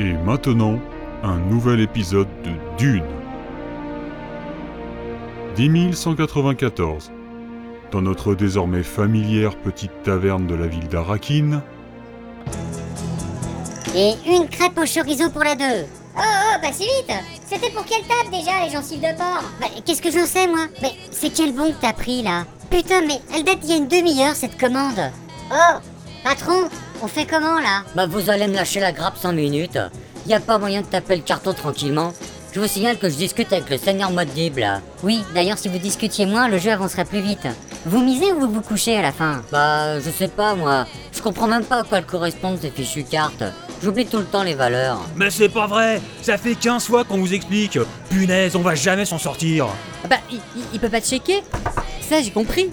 Et maintenant, un nouvel épisode de Dune. 10194. Dans notre désormais familière petite taverne de la ville d'Arakine, Et une crêpe au chorizo pour la deux. Oh, oh, bah c'est vite C'était pour quelle table déjà, les gencives de porc Bah, qu'est-ce que j'en sais, moi Mais c'est quel bon que t'as pris, là Putain, mais elle date il y a une demi-heure, cette commande. Oh Patron, on fait comment, là Bah vous allez me lâcher la grappe 5 minutes. Y a pas moyen de taper le carton tranquillement. Je vous signale que je discute avec le seigneur Modib là. Oui, d'ailleurs, si vous discutiez moins, le jeu avancerait plus vite. Vous misez ou vous vous couchez à la fin Bah je sais pas moi. Je comprends même pas à quoi elles correspondent ces fichues cartes. J'oublie tout le temps les valeurs. Mais c'est pas vrai Ça fait 15 fois qu'on vous explique Punaise, on va jamais s'en sortir Ah Bah, il, il- il peut pas checker. Ça, j'ai compris.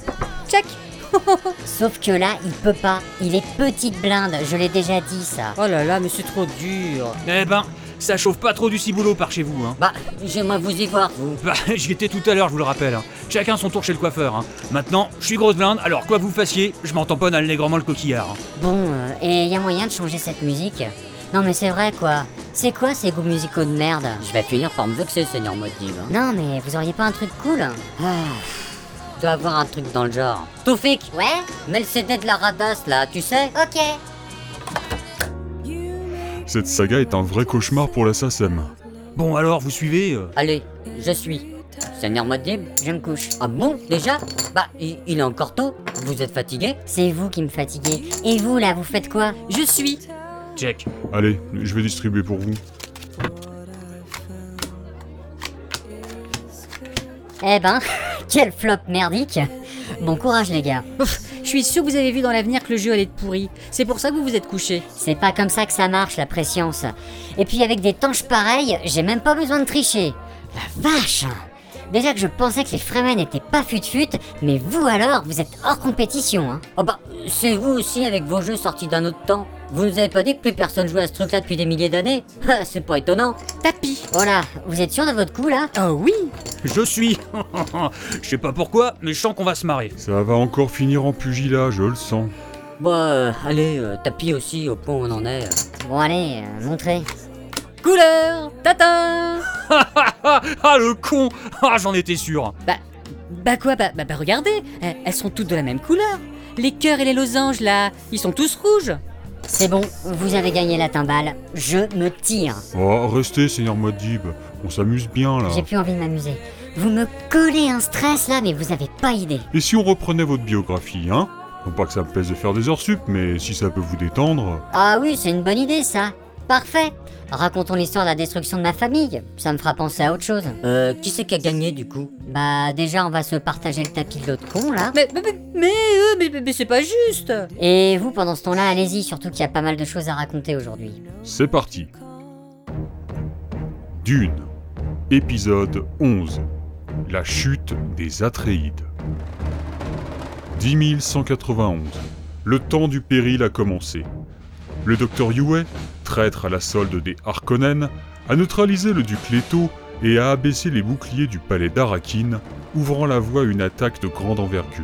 Check. Sauf que là, il peut pas. Il est petite blinde, je l'ai déjà dit, ça. Oh là là, mais c'est trop dur. Eh ben, ça chauffe pas trop du ciboulot par chez vous, hein Bah j'aimerais vous y voir vous. Bah, j'y étais tout à l'heure, je vous le rappelle. hein. Chacun son tour chez le coiffeur. hein. Maintenant, je suis grosse blinde, alors quoi que vous fassiez, je m'en tamponne allègrement le coquillard. hein. Bon, euh, et y a moyen de changer cette musique Non, mais c'est vrai, quoi. C'est quoi ces goûts musicaux de merde Je vais finir par me vexer seigneur Modib. Hein. Non, mais vous auriez pas un truc cool hein. Je dois avoir un truc dans le genre. Toufik Ouais Mets le CD de la radasse là, tu sais Ok. cette saga est un vrai cauchemar pour la SACEM. Bon alors, vous suivez euh, Allez, je suis. Seigneur Modib Je me couche. Ah bon déjà Bah il, il est encore tôt. Vous êtes fatigué C'est vous qui me fatiguez. Et vous, là, vous faites quoi Je suis. Check. Allez, je vais distribuer pour vous. Eh ben, quel flop merdique Bon courage, les gars. Ouf, je suis sûr que vous avez vu dans l'avenir que le jeu allait être pourri. C'est pour ça que vous vous êtes couché. C'est pas comme ça que ça marche, la préscience. Et puis, avec des tanches pareilles, j'ai même pas besoin de tricher. La vache Déjà que je pensais que les Fremen n'étaient pas fut-fut, mais vous alors, vous êtes hors compétition, hein. Oh bah, c'est vous aussi avec vos jeux sortis d'un autre temps. Vous nous avez pas dit que plus personne jouait à ce truc-là depuis des milliers d'années Ah, C'est pas étonnant. Tapis. Oh là, vous êtes sûr de votre coup, là Oh oui. Je suis Je sais pas pourquoi, mais je sens qu'on va se marrer. Ça va encore finir en pugilat, je le sens. Bah, euh, allez, euh, tapis aussi au point où on en est. euh. Bon, allez, euh, montrez. Couleur. Tata. Ah, ah, le con Ah, j'en étais sûr Bah, bah quoi bah, bah, bah regardez. Eh, Elles sont toutes de la même couleur. Les cœurs et les losanges là, ils sont tous rouges. C'est bon, vous avez gagné la timbale. Je me tire. Oh, restez, Seigneur Modib. On s'amuse bien, là. J'ai plus envie de m'amuser. Vous me collez un stress, là, mais vous avez pas idée. Et si on reprenait votre biographie, hein Non pas que ça me plaise de faire des heures sup, mais si ça peut vous détendre... Ah oui, c'est une bonne idée ça. Parfait. Racontons l'histoire de la destruction de ma famille. Ça me fera penser à autre chose. Euh, qui c'est qui a gagné du coup Bah déjà on va se partager le tapis de l'autre con là. Ah, Mais mais mais mais, euh, mais, mais- mais c'est pas juste. Et vous pendant ce temps-là, allez-y, surtout qu'il y a pas mal de choses à raconter aujourd'hui. C'est parti. Dune, épisode 11. La chute des Atréides. 10191. Le temps du péril a commencé. Le docteur Huey, traître à la solde des Harkonnen, a neutralisé le duc Leto et a abaissé les boucliers du palais d'Arakine, ouvrant la voie à une attaque de grande envergure.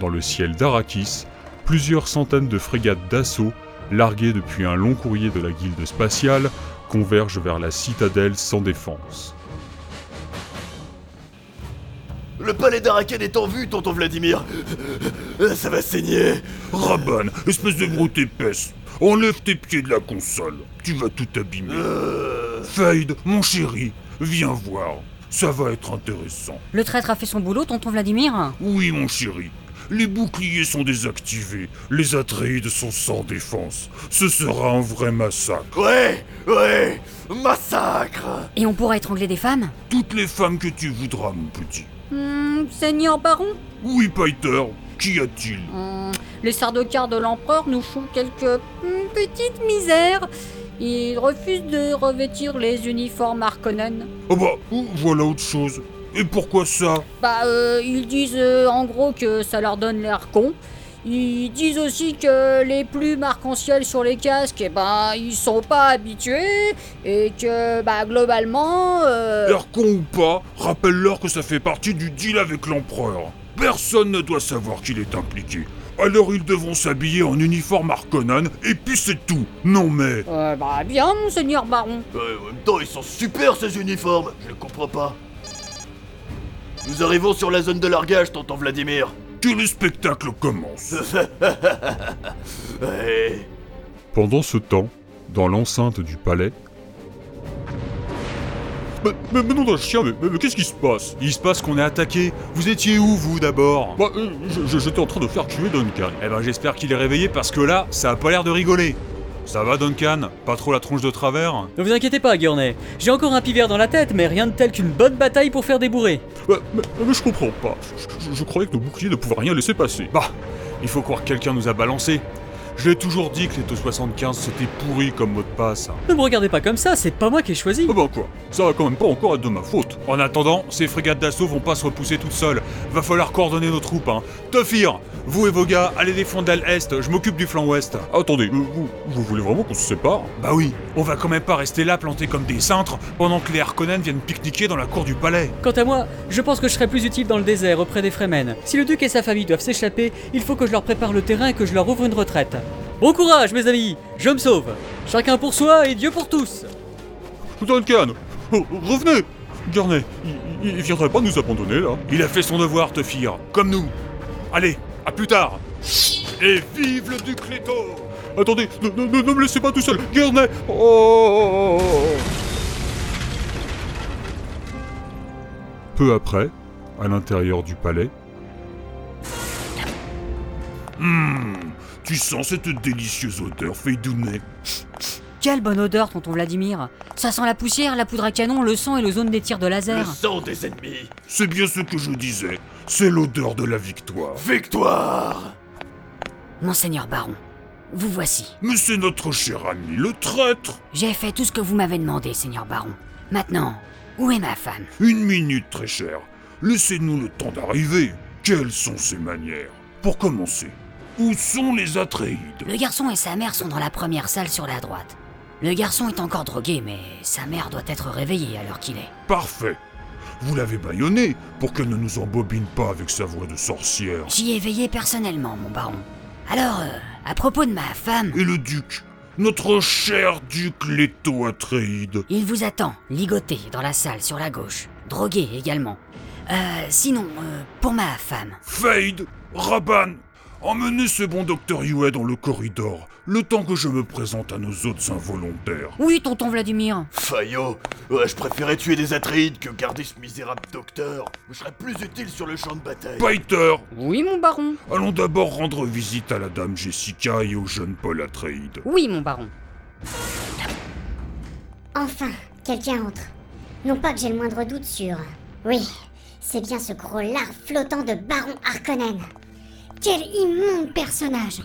Dans le ciel d'Arakis, plusieurs centaines de frégates d'assaut largués depuis un long courrier de la guilde spatiale, convergent vers la citadelle sans défense. Le palais d'Araken est en vue, tonton Vladimir. Euh, Ça va saigner. Rabanne, espèce de brute épaisse, enlève tes pieds de la console, tu vas tout abîmer. Fade, mon chéri, viens voir, ça va être intéressant. Le traître a fait son boulot, tonton Vladimir. Oui, mon chéri, les boucliers sont désactivés, les Atreides sont sans défense, ce sera un vrai massacre. Ouais, ouais, massacre. Et on pourra étrangler des femmes. Toutes les femmes que tu voudras, mon petit. Hmm, Seigneur Baron, Oui, Piter, qu'y a-t-il Hmm, les sardocards de l'empereur nous font quelques hmm, petites misères. Ils refusent de revêtir les uniformes Harkonnen. Ah Oh bah, voilà autre chose. Et pourquoi ça Bah, euh, ils disent euh, en gros que ça leur donne l'air con. Ils disent aussi que les plumes arc-en-ciel sur les casques, eh ben, ils sont pas habitués et que, bah, globalement, euh, Leur con ou pas, rappelle-leur que ça fait partie du deal avec l'empereur. Personne ne doit savoir qu'il est impliqué. alors ils devront s'habiller en uniforme Harkonnen, et puis c'est tout. Non mais... Euh, bah bien, monseigneur baron. Ouais, Euh, en même temps, ils sont super ces uniformes, je le comprends pas. Nous arrivons sur la zone de largage, tonton Vladimir. Que le spectacle commence. Ouais. Pendant ce temps, dans l'enceinte du palais, Mais, mais, mais non, dans le chien, mais, mais- mais qu'est-ce qui se passe Il se passe qu'on est attaqué. Vous étiez où, vous, d'abord Bah, euh, je- je- j'étais en train de faire tuer Duncan. Eh ben, j'espère qu'il est réveillé parce que là, ça a pas l'air de rigoler. Ça va, Duncan Pas trop la tronche de travers Ne vous inquiétez pas, Gurney. J'ai encore un pivert dans la tête, mais rien de tel qu'une bonne bataille pour faire des bourrées. Bah, mais, mais je comprends pas. Je, je- je croyais que nos boucliers ne pouvaient rien laisser passer. Bah, il faut croire que quelqu'un nous a balancé. Je l'ai toujours dit que les taux 75 c'était pourri comme mot de passe. Ne me regardez pas comme ça, c'est pas moi qui ai choisi. Ah bah quoi Ça va quand même pas encore être de ma faute. En attendant, ces frégates d'assaut vont pas se repousser toutes seules. Va falloir coordonner nos troupes, hein. Tofir, vous et vos gars, allez défendre l'aile est, je m'occupe du flanc ouest. Attendez, euh, vous, vous voulez vraiment qu'on se sépare Bah oui, on va quand même pas rester là plantés comme des cintres pendant que les Harkonnen viennent pique-niquer dans la cour du palais. Quant à moi, je pense que je serais plus utile dans le désert auprès des Fremen. Si le duc et sa famille doivent s'échapper, il faut que je leur prépare le terrain et que je leur ouvre une retraite. Bon courage, mes amis Je me sauve Chacun pour soi et Dieu pour tous Duncan oh, Revenez Garnet, il, il- il viendrait pas nous abandonner là Il a fait son devoir, Tofir, comme nous. Allez, à plus tard. Et vive le duc Leto Attendez, ne, ne- ne- ne me laissez pas tout seul Garnet Oh peu après, à l'intérieur du palais, Hmm, Tu sens cette délicieuse odeur, Feydounet Quelle bonne odeur, tonton Vladimir. Ça sent la poussière, la poudre à canon, le sang et le zone des tirs de Le laser. sang des ennemis. C'est bien ce que je disais. C'est l'odeur de la victoire. Victoire Monseigneur baron, vous voici. Mais c'est notre cher ami, le traître J'ai fait tout ce que vous m'avez demandé, seigneur baron. Maintenant, où est ma femme Une minute, très cher. Laissez-nous le temps d'arriver. Quelles sont ses manières Pour commencer, où sont les Atréides Le garçon et sa mère sont dans la première salle sur la droite. Le garçon est encore drogué, mais sa mère doit être réveillée à l'heure qu'il est. Parfait. Vous l'avez bâillonné pour qu'elle ne nous embobine pas avec sa voix de sorcière. J'y ai veillé personnellement, mon baron. Alors, euh, à propos de ma femme, Et le duc Notre cher duc Leto Atréide. il vous attend, ligoté, dans la salle sur la gauche, drogué également. Euh, sinon, euh, pour ma femme, Fade, Raban, emmenez ce bon docteur Yue dans le corridor, le temps que je me présente à nos autres involontaires. Oui, tonton Vladimir. Fayot Ouais, je préférais tuer des Atreides que garder ce misérable docteur. Je serais plus utile sur le champ de bataille. Piter, Oui, mon baron. allons d'abord rendre visite à la dame Jessica et au jeune Paul Atreide. Oui, mon baron. Enfin, quelqu'un entre. Non pas que j'ai le moindre doute sur. Oui, c'est bien ce gros lard flottant de Baron Harkonnen. Quel immonde personnage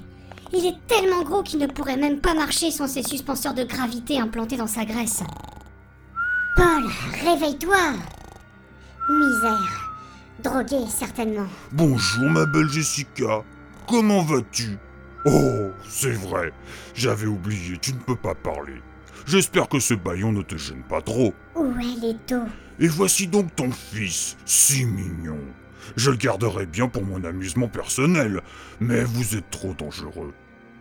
Il est tellement gros qu'il ne pourrait même pas marcher sans ses suspenseurs de gravité implantés dans sa graisse. Paul, réveille-toi Misère. Drogué, certainement. Bonjour ma belle Jessica, comment vas-tu Oh, c'est vrai, j'avais oublié, tu ne peux pas parler. J'espère que ce baillon ne te gêne pas trop. Où est l'étau Et voici donc ton fils, si mignon. Je le garderai bien pour mon amusement personnel, mais vous êtes trop dangereux.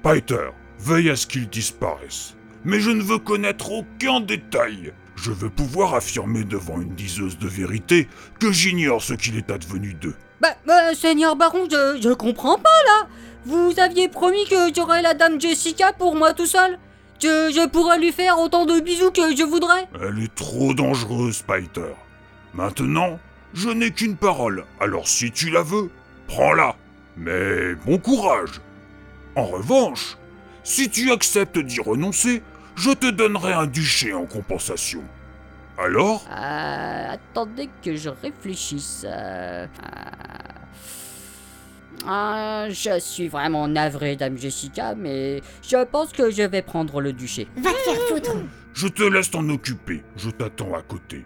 Piter, veille à ce qu'il disparaisse. Mais je ne veux connaître aucun détail. Je veux pouvoir affirmer devant une diseuse de vérité que j'ignore ce qu'il est advenu d'eux. Bah, bah, seigneur baron, je, je comprends pas là. Vous aviez promis que j'aurais la dame Jessica pour moi tout seul. Que je pourrais lui faire autant de bisous que je voudrais. Elle est trop dangereuse, Piter. Maintenant, je n'ai qu'une parole, alors si tu la veux, prends-la. Mais bon courage. En revanche, si tu acceptes d'y renoncer, je te donnerai un duché en compensation. Alors Euh, attendez que je réfléchisse. Euh, euh, euh, je suis vraiment navré, Dame Jessica, mais je pense que je vais prendre le duché. Va te faire foutre Je te laisse t'en occuper, je t'attends à côté.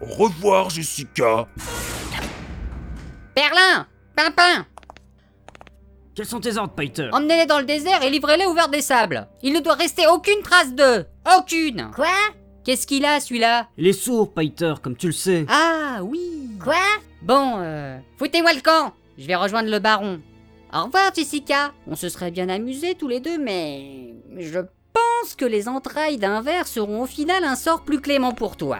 Au revoir, Jessica. Berlin Pimpin Quels sont tes ordres, Piter Emmenez-les dans le désert et livrez-les au verre des sables. Il ne doit rester aucune trace d'eux. Aucune Quoi Qu'est-ce qu'il a, celui-là Il est sourd, Piter, comme tu le sais. Ah, oui Quoi Bon, euh, foutez-moi le camp Je vais rejoindre le baron. Au revoir, Jessica. On se serait bien amusés tous les deux, mais je pense que les entrailles d'un verre seront au final un sort plus clément pour toi.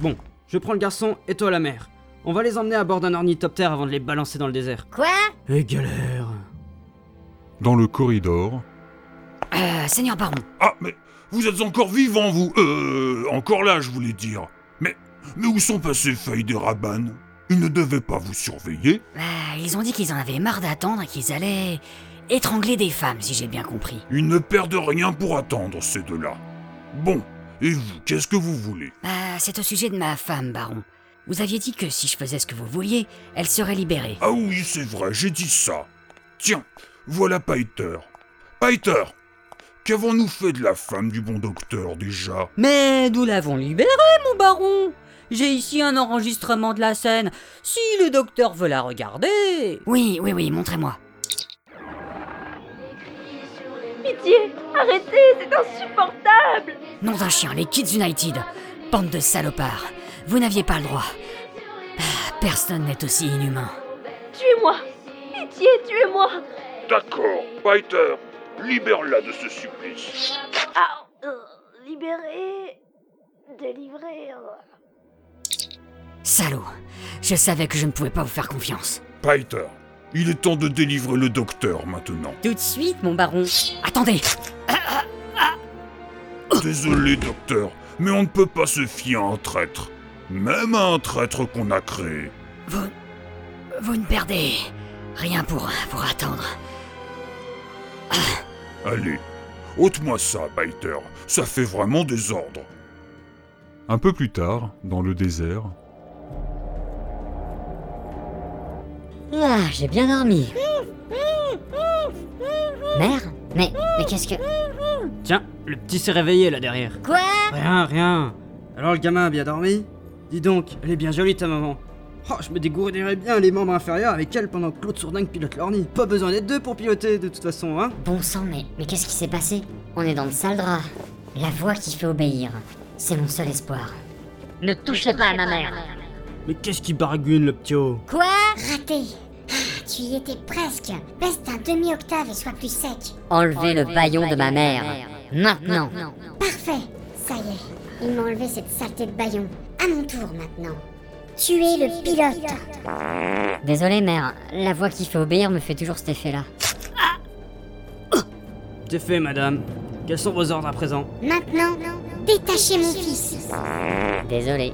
Bon, je prends le garçon et toi la mère. On va les emmener à bord d'un ornithoptère avant de les balancer dans le désert. Quoi Et galère. Dans le corridor, Euh, Seigneur Baron. Ah, mais vous êtes encore vivant, vous Euh, encore là, je voulais dire. Mais, mais où sont passés Feuilles de Rabanne Ils ne devaient pas vous surveiller Ah, ils ont dit qu'ils en avaient marre d'attendre et qu'ils allaient étrangler des femmes, si j'ai bien compris. Ils ne perdent rien pour attendre, ces deux-là. Bon, et vous, qu'est-ce que vous voulez Ah, c'est au sujet de ma femme, baron. Vous aviez dit que si je faisais ce que vous vouliez, elle serait libérée. Ah oui, c'est vrai, j'ai dit ça. Tiens, voilà Paiter. Paiter Qu'avons-nous fait de la femme du bon docteur, déjà Mais nous l'avons libérée, mon baron. J'ai ici un enregistrement de la scène. Si le docteur veut la regarder. Oui, oui, oui, montrez-moi. Pitié, arrêtez, c'est insupportable Nom d'un chien, les Kids United. Bande de salopards. Vous n'aviez pas le droit. Ah, Personne n'est aussi inhumain. Tuez-moi Pitié, tuez-moi D'accord, Paiter, libère-la de ce supplice. Ah, euh, Libéré, délivré... euh. Salaud. Je savais que je ne pouvais pas vous faire confiance. Paiter, il est temps de délivrer le docteur, maintenant. Tout de suite, mon baron. Attendez. Désolé, docteur, mais on ne peut pas se fier à un traître. Même à un traître qu'on a créé. Vous. Vous ne perdez rien pour, pour attendre. Allez, ôte-moi ça, Biter. Ça fait vraiment désordre. un peu plus tard, dans le désert, Ah, j'ai bien dormi. Mère Mais, mais qu'est-ce que... Tiens, le petit s'est réveillé là derrière. Quoi Rien, rien. Alors le gamin a bien dormi Dis donc, elle est bien jolie ta maman. Oh, je me dégourdirais bien les membres inférieurs avec elle pendant que Claude Sourdingue pilote l'orni. Pas besoin d'être deux pour piloter de toute façon, hein Bon sang, mais, mais qu'est-ce qui s'est passé On est dans le sale drap. La voix qui fait obéir. C'est mon seul espoir. Ne touchez pas à ma mère. Mais qu'est-ce qui baragouine le petit haut Quoi Raté Ah, tu y étais presque Baisse d'un demi-octave et sois plus sec. Enlevez, le baillon de ma mère. Maintenant. Parfait Ça y est, il m'a enlevé cette saleté de baillon. À mon tour maintenant. Tuer le pilote Désolé, mère. La voix qui fait obéir me fait toujours cet effet-là. C'est fait, madame. Quels sont vos ordres à présent Maintenant, détachez mon fils Désolé.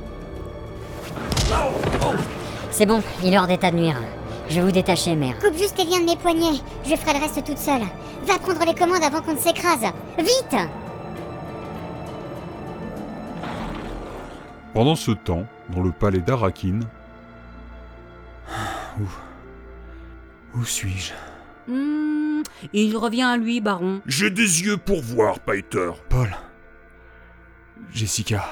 C'est bon, il est hors d'état de nuire. Je vais vous détacher, mère. Coupe juste les liens de mes poignets, je ferai le reste toute seule. Va prendre les commandes avant qu'on ne s'écrase Vite pendant ce temps, dans le palais d'Arakin, Où suis-je Hmm, il revient à lui, baron. J'ai des yeux pour voir, Paiter. Paul. Jessica.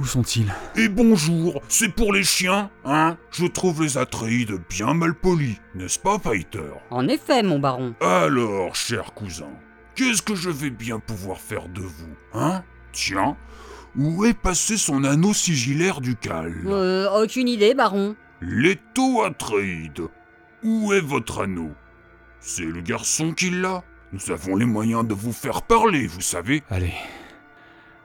Où sont-ils Et bonjour, c'est pour les chiens, hein Je trouve les Atreides bien mal polis, n'est-ce pas, Paiter En effet, mon baron. Alors, cher cousin, qu'est-ce que je vais bien pouvoir faire de vous, hein Tiens, où est passé son anneau sigillaire ducal Euh, aucune idée, baron. Leto Atreide, où est votre anneau C'est le garçon qui l'a Nous avons les moyens de vous faire parler, vous savez. Allez.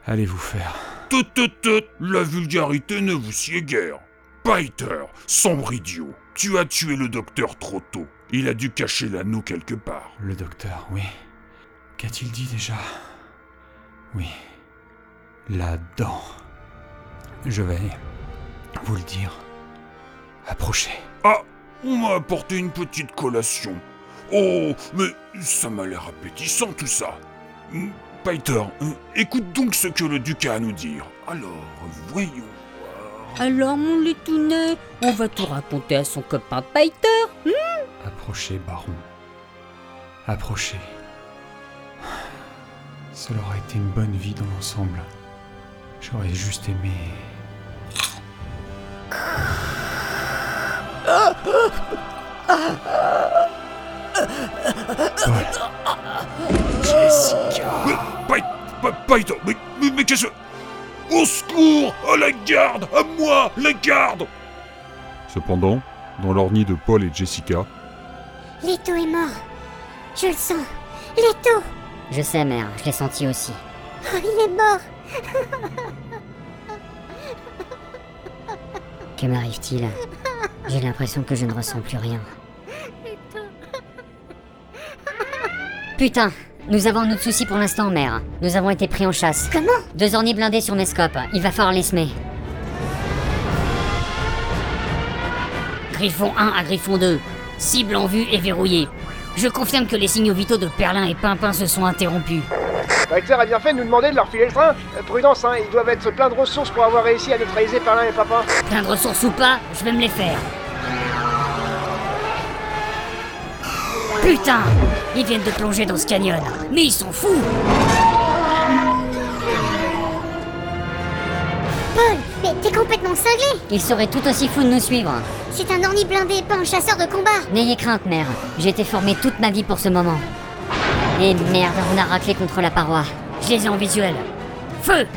Allez vous faire. Tut, tut, tut, la vulgarité ne vous sied guère. Piter, sombre idiot, tu as tué le docteur trop tôt. Il a dû cacher l'anneau quelque part. Le docteur, oui. Qu'a-t-il dit déjà Oui. Là-dedans. Je vais vous le dire. Approchez. Ah, on m'a apporté une petite collation. Oh, mais ça m'a l'air appétissant tout ça. Hmm, Piter, hmm, écoute donc ce que le duc a à nous dire. Alors, voyons. Alors, mon laitonnet, on va tout raconter à son copain Paiter. Approchez, baron. Approchez. Cela aurait été une bonne vie dans l'ensemble. J'aurais juste aimé. Mais, Pai- Pa- Piter, mais, mais, mais qu'est-ce que... Au secours À la garde À moi La garde cependant, dans l'ornie de Paul et Jessica. Leto est mort. Je le sens. Leto Je sais, mère, je l'ai senti aussi. Oh, il est mort Que m'arrive-t-il J'ai l'impression que je ne ressens plus rien. Putain Nous avons notre souci pour l'instant, mère. Nous avons été pris en chasse. Comment Deux ornies blindées sur mes scopes. Il va falloir les semer. Griffon 1 à Griffon 2. Cible en vue et verrouillée. Je confirme que les signaux vitaux de Perlin et Pimpin se sont interrompus. Baxter Bah, a bien fait de nous demander de leur filer le train. Euh, Prudence, hein, ils doivent être plein de ressources pour avoir réussi à neutraliser Perlin et Papin. Plein de ressources ou pas, je vais me les faire. Putain Ils viennent de plonger dans ce canyon. Mais ils sont fous Paul, mais t'es complètement cinglé Il serait tout aussi fou de nous suivre. C'est un orni blindé, pas un chasseur de combat N'ayez crainte, mère. J'ai été formé toute ma vie pour ce moment. Et merde, on a raclé contre la paroi. Je les ai en visuel. Feu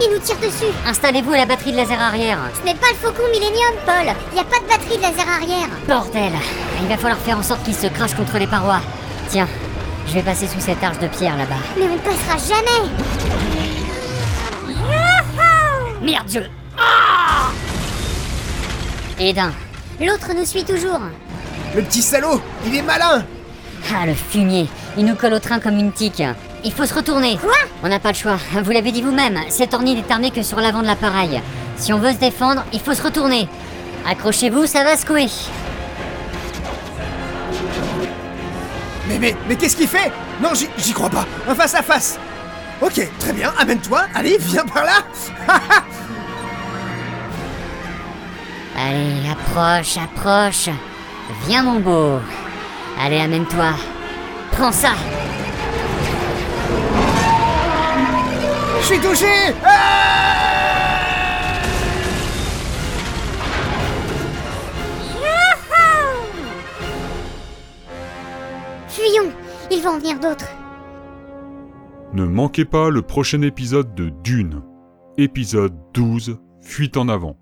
Il nous tire dessus Installez-vous à la batterie de laser arrière. Ce n'est pas le faucon Millennium, Paul Il a pas de batterie de laser arrière Bordel Il va falloir faire en sorte qu'il se crache contre les parois. Tiens, je vais passer sous cette arche de pierre là-bas. Mais on ne passera jamais Merde, je... Ah Et d'un. L'autre nous suit toujours. Le petit salaud, il est malin Ah, le fumier Il nous colle au train comme une tique. Il faut se retourner Quoi On n'a pas le choix. Vous l'avez dit vous-même, cette ornie n'est armée que sur l'avant de l'appareil. Si on veut se défendre, il faut se retourner. Accrochez-vous, ça va secouer. Mais mais mais qu'est-ce qu'il fait Non, j'y- j'y crois pas. Un face à face. Ok, très bien, amène-toi. Allez, viens par là. Allez, approche, approche. Viens, mon beau. Allez, amène-toi. Prends ça Je suis touché. Ah Fuyons Il va en venir d'autres. Ne manquez pas le prochain épisode de Dune, épisode 12, Fuite en avant.